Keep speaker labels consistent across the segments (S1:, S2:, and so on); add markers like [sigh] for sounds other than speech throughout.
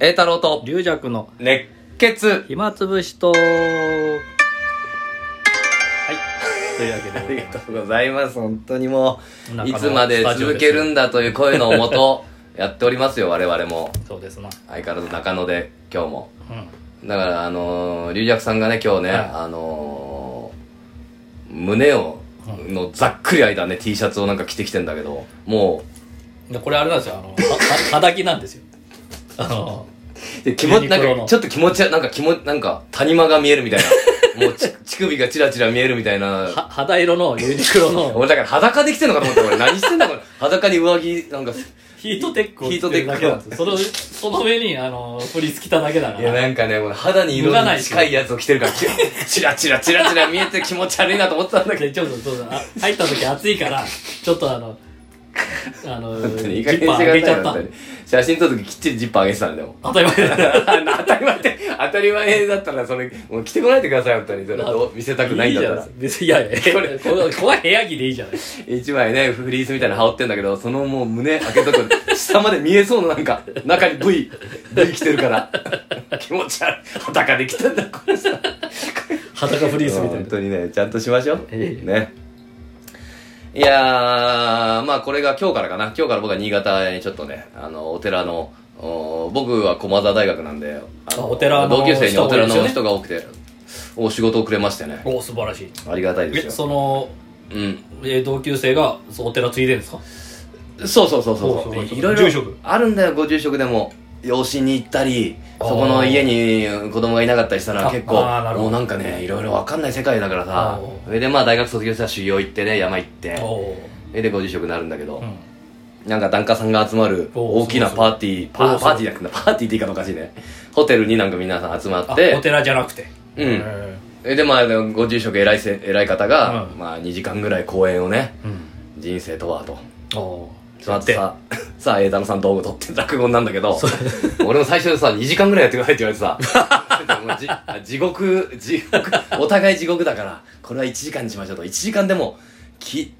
S1: 栄太郎と
S2: 龍尺の
S1: 熱血
S2: 暇つぶしとはいというわけで
S1: あ
S2: ござ
S1: り
S2: い
S1: が
S2: ま
S1: とうございます本当にも
S2: 中
S1: う
S2: 野
S1: いつまで続けるんだという声のも [laughs] とやっておりますよ我々も
S2: すそうですな
S1: 相変わらず中野で今日も
S2: うん
S1: だからあのー、龍尺さんがね今日ね、
S2: はい
S1: あのー、胸をのざっくり間ね T シャツをなんか着てきてんだけども
S2: でこれあれなんですよあのはははだきなんですよあの
S1: うで気持
S2: ユニ
S1: ち
S2: ク
S1: な
S2: ロの
S1: んかちょっと気持ちなんか気持ちなんか谷間が見えるみたいなもうち [laughs] 乳首がチラチラ見えるみたいな
S2: は肌色のユニクロの
S1: 俺だから裸で来てんのかと思って俺何してんだこれ裸に上着なんか
S2: ヒートテックを
S1: ヒート
S2: 着
S1: テッ
S2: てる
S1: ク
S2: だけなんですよそのその上にあの振り付きただけだか
S1: いや
S2: ら
S1: なんかねこの肌に色
S2: 脱がない
S1: に近いやつを着てるからきチラチラチラチラ見えて気持ち悪いなと思ってたんだ [laughs] け
S2: でちょっとそうだあ入った時暑いからちょっとあのあのジ
S1: どいい加減
S2: ッパー
S1: して
S2: 上げ
S1: く
S2: ち
S1: ださ
S2: ゃ
S1: い
S2: った
S1: 本当に写真撮るとききっちりジッパー上げてたんだよ
S2: 当たり前だ
S1: 当たり前って当たり前だったらそれもう着てこないでください本当 [laughs] にそれどう見せたくないんだったら
S2: いいじゃない別にいやいやこれここは部屋着でいいじゃない
S1: 一枚ねフリースみたいなの羽織ってんだけどそのもう胸開けと [laughs] く下まで見えそうななんか中に V V 着てるから [laughs] 気持ち悪い裸で着てんだこれさ
S2: 裸フリースみたい
S1: 本
S2: な
S1: 当にねちゃんとしましょう
S2: ええ
S1: ねいやーまあこれが今日からかな今日から僕は新潟にちょっとねあのお寺のお僕は駒澤大学なんであ
S2: あお寺の
S1: 同級生にお寺
S2: 人が
S1: の
S2: 多いです
S1: 人
S2: よ
S1: が多くてお仕事をくれましてね
S2: お素晴らしい
S1: ありがたい
S2: え
S1: ですよ
S2: その
S1: うん
S2: えー同級生がそうお寺継いでんですか
S1: そうそうそうそう
S2: そ
S1: そうう
S2: そうそう
S1: いろい
S2: 住
S1: ろ
S2: 職
S1: あるんだよご住職でも養子に行ったり
S2: あー
S1: そこの家に子供がいなかったりしたら
S2: あ
S1: 結構
S2: あーなるほ
S1: も
S2: ど
S1: うなんかねいろいろわかんない世界だからさ
S2: あー
S1: それでまあ大学卒業したら修行行ってね山行って
S2: おお
S1: それでご住職になるんだけど、
S2: うん
S1: なんか檀家さんが集まる
S2: おー
S1: 大きな
S2: すご
S1: パ
S2: い
S1: ーティー
S2: お
S1: パ
S2: ー
S1: ー
S2: す
S1: パ
S2: ご
S1: ーテ
S2: い
S1: ィーじゃなくてパーティーって言い方おかしいねホテルになんか皆さん集ま
S2: あ
S1: って
S2: お寺じゃなくて
S1: うん
S2: え
S1: それでまあご住職偉いせ偉い方が、
S2: うん
S1: まあ2時間ぐらい講演をね
S2: ーうん
S1: 人生とはと
S2: おお
S1: ささ [laughs] さあ栄太郎さん道具取って落語なんだけど [laughs] 俺も最初さ2時間ぐらいやってくださいって言われてさ [laughs] もうじあ地獄地獄お互い地獄だからこれは1時間にしましょうと1時間でもき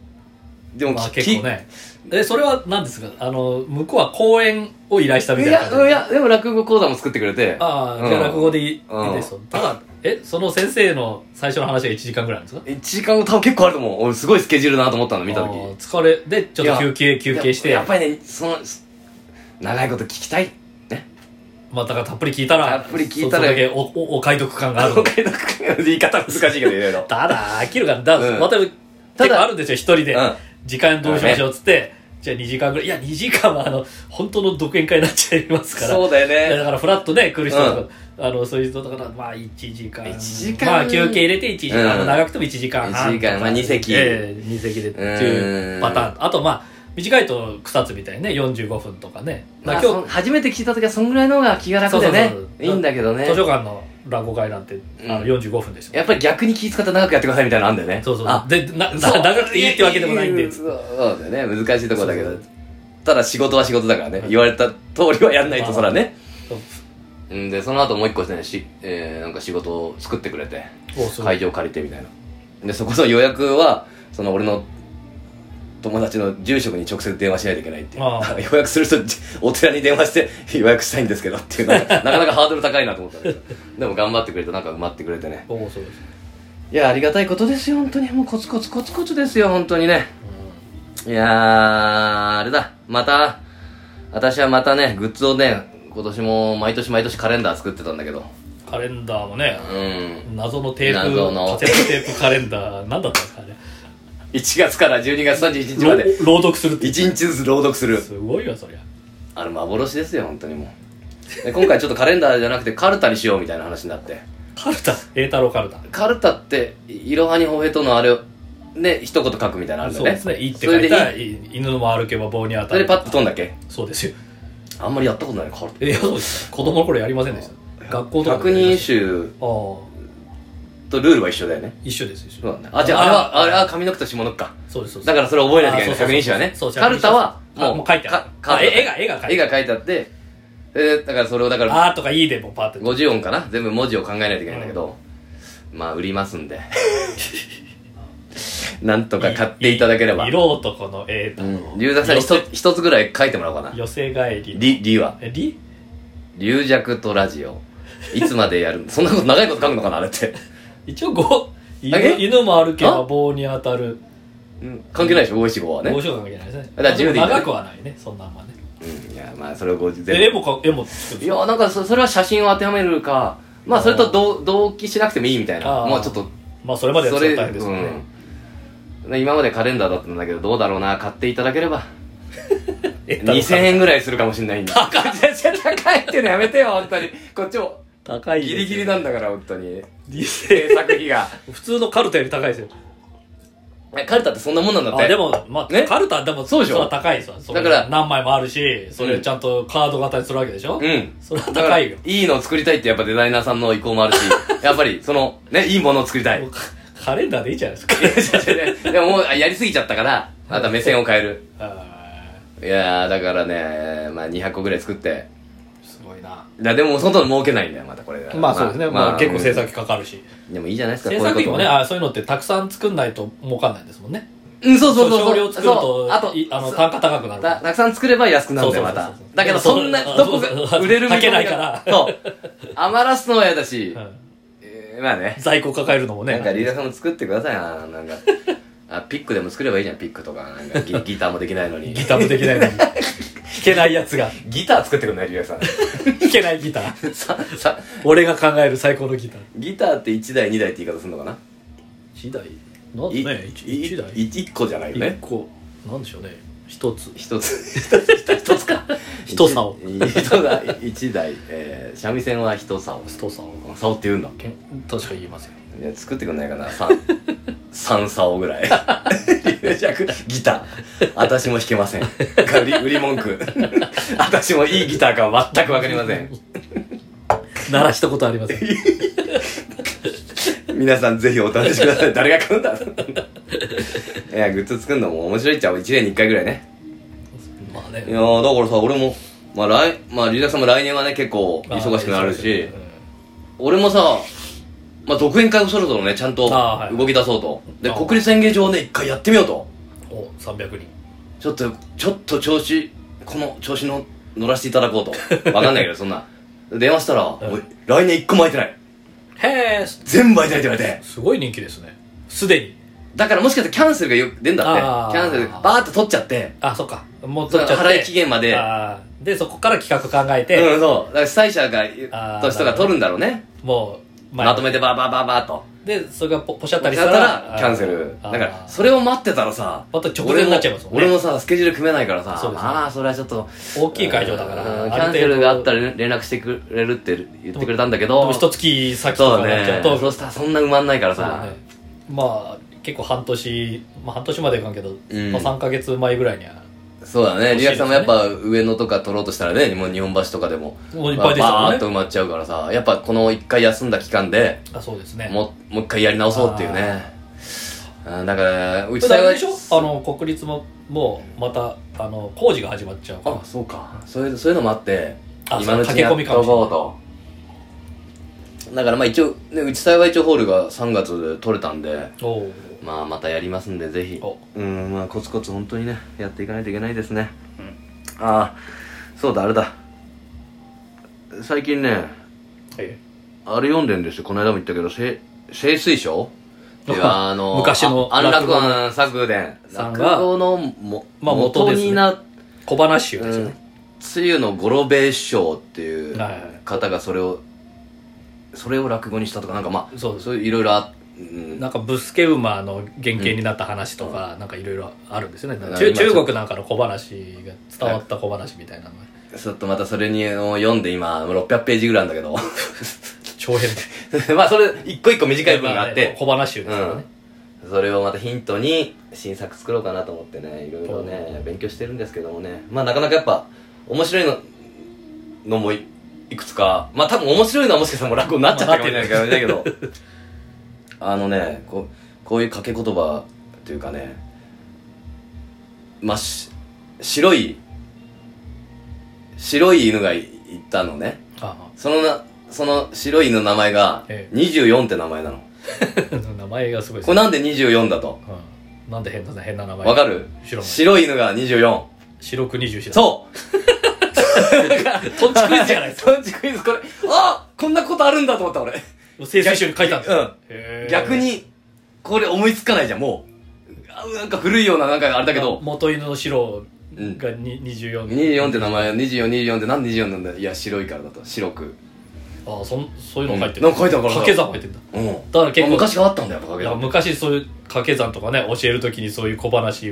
S1: でもき、
S2: まあ結構ねえそれは何ですかあの向こうは講演を依頼した
S1: きい
S2: みたいな感じ
S1: やいやでも落語講座も作ってくれて
S2: ああ、じゃあ落語でいいいいですよ。ただ、え、その先生の最初の話が1時間ぐらいなんですか
S1: 1時間多分結構あると思う俺すごいスケジュールだなと思ったの見た
S2: あ
S1: 時
S2: ー疲れ、で、ちょっと休憩、休憩して、
S1: ややっぱりねその長いこと聞きたいね
S2: まあ、だからたっぷり聞いたら、
S1: たっぷり聞いたら
S2: そそれだけおおお解読感がある
S1: 今。回の言い方難しいけどいろいろ
S2: た [laughs] だ、飽きるから、だ、
S1: うん
S2: また、結
S1: ただ
S2: 構あるんですよ、一人で。
S1: うん
S2: 時間どうしましょうっつって、じゃあ2時間ぐらい。いや、2時間は、あの、本当の独演会になっちゃいますから。
S1: そうだよ
S2: いや
S1: ね
S2: だからフラットで来る人とか、あのそういう人だからまあ1時間
S1: 1時間
S2: まあ休憩入れて1時間、
S1: うん
S2: 長くても1時間半
S1: 1時間まあ二席
S2: ええ二席でっていうパターンあとまあ短いと草津みたいにね45分とかね
S1: ま
S2: だ
S1: あ、
S2: から
S1: そ
S2: 今
S1: ん初めて聞いた時はそんぐらいの方が気が楽でね
S2: そうそうそう
S1: いいんだけどね
S2: 日図書館の落語会なんてあの
S1: うん
S2: 45分ですよ、
S1: やっぱり逆に気使って長くやってくださいみたいなのあるんだよね
S2: そうそう
S1: あ
S2: でなな
S1: [laughs] そう
S2: 長くていいってわけでもないんで
S1: そうそうだよね難しいところだけど
S2: そうそう
S1: ただ仕事は仕事だからね、
S2: うん
S1: 言われた通りはやんないとそらね、
S2: そう
S1: うんでその後もう一個ですねし、えーなんか仕事を作ってくれて
S2: おすごい
S1: 会場借りてみたいなでそこの予約はその俺の友達の住職に直接電話しないといけないっていう
S2: あ
S1: [laughs]
S2: あ
S1: 予約するとじお寺に電話して [laughs] 予約したいんですけどっていうのがなかなかハードル高いなと思ったんだけどでも頑張ってくれてなんか埋まってくれてね
S2: おすごい
S1: いやありがたいことですよ本当にもうコツコツコツコツですよ本当にねいやーあれだまた私はまたねグッズをね今年も毎年毎年カレンダー作ってたんだけど
S2: うんカレンダーもね
S1: うん
S2: 謎のテープ
S1: 謎の
S2: カセットテープカレンダー何だったんですかね
S1: 1月から12月31日まで
S2: 朗読するって
S1: 1日ずつ朗読する
S2: すごいよそりゃ
S1: あれ幻ですよ本当にもうで今回ちょっとカレンダーじゃなくてカルタにしようみたいな話になって
S2: カルタ栄太郎カルタ
S1: カルタっていろはにほへとのあれをね一言書くみたいなのあるん
S2: そう
S1: だよ
S2: で
S1: ね
S2: すね「い」って
S1: それ
S2: 書い
S1: で
S2: たらい犬の歩けば棒に当
S1: そ
S2: た
S1: れで
S2: る
S1: パッと飛んだっけ
S2: そうですよ
S1: あんまりやったことないカルタ
S2: いやそうです子供の頃やりませんでした学校とか
S1: 百
S2: でや
S1: 人
S2: りました
S1: 集
S2: ああ
S1: とルールは一緒だよね
S2: 一緒です一
S1: そう
S2: 緒
S1: だねあじゃああれはあれは上の句と下の句か
S2: そうですそうです
S1: だからそれ覚えないといけない
S2: あそうそうそう
S1: 百人一首はね
S2: そうそう
S1: カルタは
S2: あもう書いてある
S1: か
S2: あ絵絵が絵が書いてあ
S1: 絵が書いてあってでだからそれをだから
S2: あーとか「い」でもパーって
S1: 50音かな全部文字を考えないといけないんだけど、まあ売ります
S2: [laughs]
S1: んでなんとか買っていただければ
S2: 色男の栄太
S1: う
S2: 郎
S1: ん龍崎さんに一つ一つぐらい書いてもらおうかな
S2: 寄せ帰り
S1: りりは
S2: えり
S1: 龍弱とラジオ。いつまでやるそんなこと長いこと書くのかなあれって。
S2: 一応五犬
S1: え
S2: 犬も歩けば
S1: あ
S2: 棒に当たる
S1: うん関係ないでしょ、五七五はね。
S2: 面白いわけじゃないですね
S1: だから自由でいいんだね
S2: 長くはないねそんなんはね
S1: うん、いや、まあ、それをご自
S2: で絵もか絵も
S1: い
S2: 作る
S1: や、なんかそ、それは写真を当てはめるか、まあ、それと同同期しなくてもいいみたいな。
S2: あー
S1: もうちょっと、
S2: まあそれまでやっ
S1: そ
S2: たら
S1: れ、
S2: 大変ですよね、
S1: うん。今までカレンダーだったんだけど、どうだろうな、買っていただければ。
S2: え
S1: 2000円ぐらいするかもしれないんで。高い高いっていうのやめてよ、本当に。こっちも、
S2: 高いです
S1: ギ
S2: よ
S1: リギリなんだから、本当に。
S2: 2000
S1: 制作費
S2: [laughs]
S1: が。
S2: 普通のカルタより高いですよ
S1: えカルタってそんなもんなんだって。
S2: あでも、まあ、
S1: ね
S2: カルタでも
S1: そうでしょ
S2: れは高いですよそれ
S1: だから
S2: 何枚もあるしそれ
S1: う
S2: を
S1: ん
S2: ちゃんとカード型にするわけでしょ、
S1: うん。
S2: それは高いよ
S1: いいのを作りたいってやっぱデザイナーさんの意向もあるし、やっぱりその、ね、いいものを作りたい。い
S2: もうカカレンダーでいいじゃないですか
S1: や違う違う違うでももうあやりすぎちゃったから、また目線を変える。
S2: [laughs] あ
S1: いやー、だからね、まあ200個ぐらい作って。
S2: ーすごいない
S1: や、でも外に儲けないんだよ、またこれ。
S2: まあそうですね、まあ結構制。
S1: うん
S2: 作費かかるし、
S1: でもいいじゃないですか、
S2: 制作費も
S1: こう
S2: ね
S1: いうこ
S2: あそういうのってたくさん作んないと儲かんないんですもんね
S1: とうん、そうそうそう。
S2: 少量作る
S1: そう
S2: と
S1: あと
S2: い、あの
S1: そう
S2: 単価高くなる
S1: たたくさん作れば安くなるんだよ、
S2: そ
S1: ま
S2: うそうそう
S1: た
S2: そう。
S1: だけど、
S2: でも
S1: そんな、
S2: そう
S1: どこが
S2: そうそう
S1: 売れる見込みが
S2: 書けないから
S1: そう。余らすのは嫌だし
S2: う、ん
S1: えーまあね。
S2: 在庫抱えるのもね
S1: なんかリーダーさんも作ってくださいななんかあピックでも作ればいいじゃんピックとかなんかギギターもできないのに
S2: ギターもできない
S1: [laughs]
S2: のに弾けないやつが
S1: ギター作ってくんないリーダー
S2: 弾けないギター
S1: [laughs] さんささ
S2: 俺が考える最高のギター
S1: ギターって1台2台って言い方するのかな
S2: 1台なん
S1: い
S2: ね
S1: い
S2: 1台
S1: い一個じゃないよ
S2: 1
S1: ね
S2: 個なんでしょうね1つ
S1: 一つ一つ一つ一つか
S2: 一竿
S1: 一一台一台えー三味線は一竿
S2: ストさんを
S1: 竿って言うんだ
S2: けん確か言いますよ
S1: いや作ってくんないかな三三竿ぐら [laughs] いギター私も弾けませんが売り売り文句私もいいギターかは全くわかりません
S2: [laughs] 鳴らしたことありません
S1: [laughs] 皆さんぜひお試しくだ
S2: [laughs]
S1: さい誰が買うんだいやグッズ作るのも面白いっちゃう1年に1回ぐらいね
S2: まあね
S1: いやーだからさ俺もまあ来まあリーダーさんも来年はね結構忙しくなるし俺もさまあ独演会をそろそろねちゃんと
S2: あーはい
S1: 動き出そうとで
S2: あー
S1: 国立演芸場をね一回やってみようと
S2: お300人
S1: ちょっとちょっと調子この調子の乗らせていただこうとわかん
S2: [laughs]
S1: ないけどそんな電話したら、おい来年1個も空いてない
S2: へえ
S1: 全部空いてないって言われて
S2: すごい人気ですねすでに
S1: だからもしかしてキャンセルがよく出んだって
S2: あー
S1: キャンセルバーって取っちゃって
S2: あそっかもう
S1: その
S2: 取っちゃって
S1: 払い期限まで。
S2: あーでそこから企画考えて、
S1: うん、そう。だから主催者が、
S2: あー
S1: と人が取るんだろうね。
S2: もう前
S1: まとめてバーバーバーバーと。
S2: でそれがポポシャっ
S1: だ
S2: たり
S1: っ
S2: した
S1: た
S2: ら
S1: ら、キャンセル。だ
S2: あー
S1: から、それを待ってたらさ、
S2: また直前になっちゃいますもんね
S1: 俺も俺もさ、スケジュール組めないからさ、
S2: そうですね
S1: ああ、それはちょっと。
S2: 大きい会場だから
S1: うんキャ
S2: ある程
S1: ン
S2: 度
S1: セルがあったら連連絡してくれるって言ってくれたんだけ
S2: で
S1: ど
S2: も。一月先と
S1: そう
S2: かに
S1: だ
S2: なっちゃ
S1: ね
S2: う。と
S1: そうしたらそんな埋まんないから
S2: そう
S1: さ
S2: ね。まあ結構半年、まあ、半年までいかんけど、
S1: うん
S2: まあ、3か月前ぐらいには
S1: そうだね。
S2: 欲しい
S1: リ
S2: ですね
S1: アクさんもやっぱ上野とか取ろうとしたらね、もう日本橋とかでも。
S2: もういっぱいでしたも
S1: バ
S2: んね
S1: ーっと埋まっちゃうからさ、やっぱこの一回休んだ期間で、
S2: あそうですね
S1: もうもう一回やり直そうっていうねうんだからう
S2: う
S1: ち
S2: ち
S1: さえ
S2: だ
S1: は
S2: でしょあの国立ももうまたあの工事が始まっちゃうから
S1: あそうかそういうそういうのもあって
S2: あ
S1: 今のうち
S2: そう
S1: にや
S2: 駆
S1: っ
S2: け込
S1: と
S2: みかもしれない
S1: こうとだからまあ一応、ね、うち幸町ホールが3月で取れたんで
S2: おう
S1: まあまたやりますんでぜひ
S2: お
S1: うんまあコツコツ本当にねやっていかないといけないですね、ああそうだあれだ最近ね
S2: え
S1: あれ読んでんですよこの間も言ったけど「せ清水
S2: [laughs]
S1: 賞」っていうあの
S2: 昔の
S1: あ安楽
S2: 落語の
S1: 庵作伝
S2: さん
S1: 落
S2: が
S1: 語のも、
S2: まあ元ですね
S1: になっ
S2: え小話集
S1: う
S2: ですよね
S1: ん、梅雨の五郎兵衛師匠っていう
S2: はいはい
S1: 方がそれをそれを落語にしたとかなんかまあ
S2: そうです
S1: そういういろいろあうん
S2: なんかブスケ馬の原型になった話とか、なんかいろいろあるんですよね
S1: うん
S2: 中
S1: 今ちょっ
S2: 中
S1: と
S2: 国なんかの小話が伝わった小話みたいなのが
S1: ちょっとまたそれにを読んで今600ページぐらいなんだけど [laughs]
S2: 長編
S1: まあそれ一個一個短
S2: で
S1: い文があって
S2: 小話集ですよね、
S1: それをまたヒントに新作作ろうかなと思ってねいろいろね勉強してるんですけどもねまあなかなかやっぱ面白いののもいいくつかまあ多分面白いのはもしかしたらもう落語になっちゃったかもしれないけど,、だけど [laughs] あのねこうこういう掛け言葉というかねまあし白い白い犬がいいたのね
S2: あ [laughs]
S1: そのなその白い犬の名前が
S2: ええ
S1: 24って名前なの、
S2: あ名前がすごいです
S1: これなんで24だと
S2: うんなんで変な変な名前
S1: わかる
S2: 知らない
S1: 白い犬が24。
S2: 白く24
S1: そう
S2: トンチクイズじゃないですか。
S1: トンチクイズこれ、 [laughs] あこんなことあるんだと思った俺。
S2: 成績書に書いたんです
S1: うん。
S2: へー
S1: 逆に、これ思いつかないじゃん、もう。あなんか古いような、なんかあれだけど。
S2: 元犬の白
S1: うん
S2: がに24
S1: 24って名前、24、24ってなんで24なんだよいや、白いからだと。白く。
S2: ああそんそういうの書いて
S1: うんなんか書いてあるから
S2: 掛け算書いてんだ
S1: うん。だ
S2: だから結構
S1: 昔があったんだよ、やっぱ
S2: い
S1: 影
S2: や
S1: 山
S2: 昔そういう掛け算とかね教えるときにそういう小話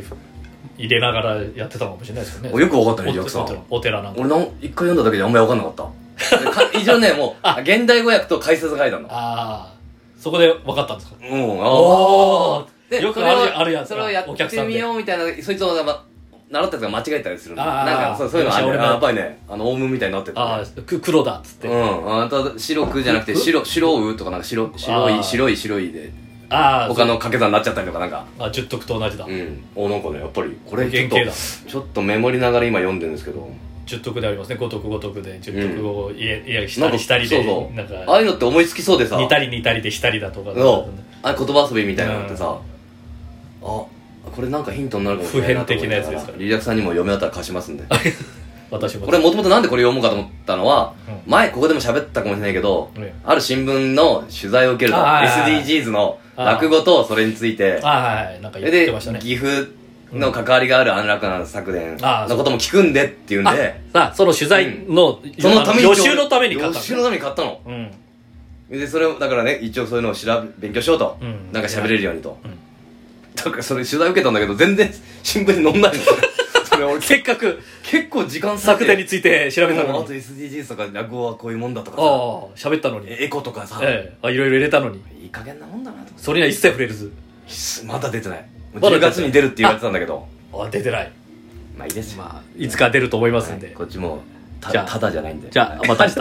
S2: 入れながらやってたのかもしれないですよね
S1: およく分かったね、
S2: お
S1: リアクさ
S2: お寺
S1: ん。
S2: お寺なんか
S1: 俺なん、一回読んだだけであんまり分かんなかったか。一応ね、
S2: [laughs]
S1: もう、現代語訳と解説が書いてあるの。
S2: ああそこで分かったんですか
S1: うん、
S2: おー
S1: で
S2: よく
S1: それを
S2: あるあるやつだ
S1: それをや
S2: お
S1: っ
S2: 客
S1: て
S2: さんで
S1: みようみたいな、そいつをま習ったやつが間違えたりするの。
S2: あー
S1: なんかそうそういうのある
S2: よ
S1: ね
S2: し
S1: あ
S2: 俺も
S1: やっぱりね、あの、オウムみたいになってた。
S2: ああく黒だっつって、
S1: うん。あと、白くじゃなくて、
S2: ふ
S1: 白、白うとかなんか白、白
S2: あー
S1: い、白い、白いで、
S2: ああ
S1: 他の掛け算になっちゃったりとかなんか。
S2: そうあ十徳と同じだ、
S1: うん。お、なんかね、やっぱり、これちょっと
S2: 原型だ、
S1: ちょっとメモりながら今読んでるんですけど、
S2: 十徳でありますね五徳五徳で十徳をいえいや
S1: な
S2: した
S1: んか
S2: りしたりで
S1: そうそう
S2: なん
S1: ああ
S2: か
S1: いうのって思いつきそうでさ、
S2: 似たり似たりでしたりだとか
S1: そうあれ言葉遊びみたいなのってさ、あ、これなんかヒントになるかもしれないなと思いなが。
S2: 普遍的なやつですから
S1: リリアクさんにも読め終わったら貸しますんで。
S2: 私も
S1: これもともとなんでこれ読もうかと思ったのは、
S2: う
S1: 前ここでも喋ったかもしれないけど、
S2: うん
S1: ある新聞の取材を受けると、
S2: あー
S1: SDGs の
S2: あー
S1: 落語とそれについて、
S2: ああはいはいなんか
S1: そ
S2: 言
S1: れ
S2: って
S1: で
S2: ましたね
S1: 岐阜の関わりがある安楽な作伝
S2: あー
S1: のことも聞くんでっていうんで、
S2: ああその取材の、
S1: そのために
S2: 予習のために買った
S1: 予習のために買ったの。
S2: うん
S1: で、それを、だからね、一応そういうのを調べ、勉強しようと。
S2: うん
S1: なんか喋れるようにと。
S2: うん
S1: だからそれ取材受けたんだけど、全然新聞に載んないんだよそれ俺
S2: せっかく
S1: 結構時間
S2: 作
S1: で
S2: 典について調べた
S1: もう
S2: の
S1: あと
S2: に
S1: SDGs とか落語はこういうもんだとか
S2: ああ
S1: さ
S2: 喋ったのにえ
S1: エコとかさ、
S2: えあいろいろ入れたのに
S1: いい加減なもんだなと
S2: それには一切触れるず
S1: まだ出てないもう
S2: まだ出てな
S1: 10
S2: い
S1: 月に出るって言われてたんだけど
S2: あ出てない
S1: まあいいですよ
S2: まあいつか出ると思いますん
S1: はい
S2: で
S1: こっちもた
S2: じゃあ
S1: ただじゃないんで
S2: じゃあまた明日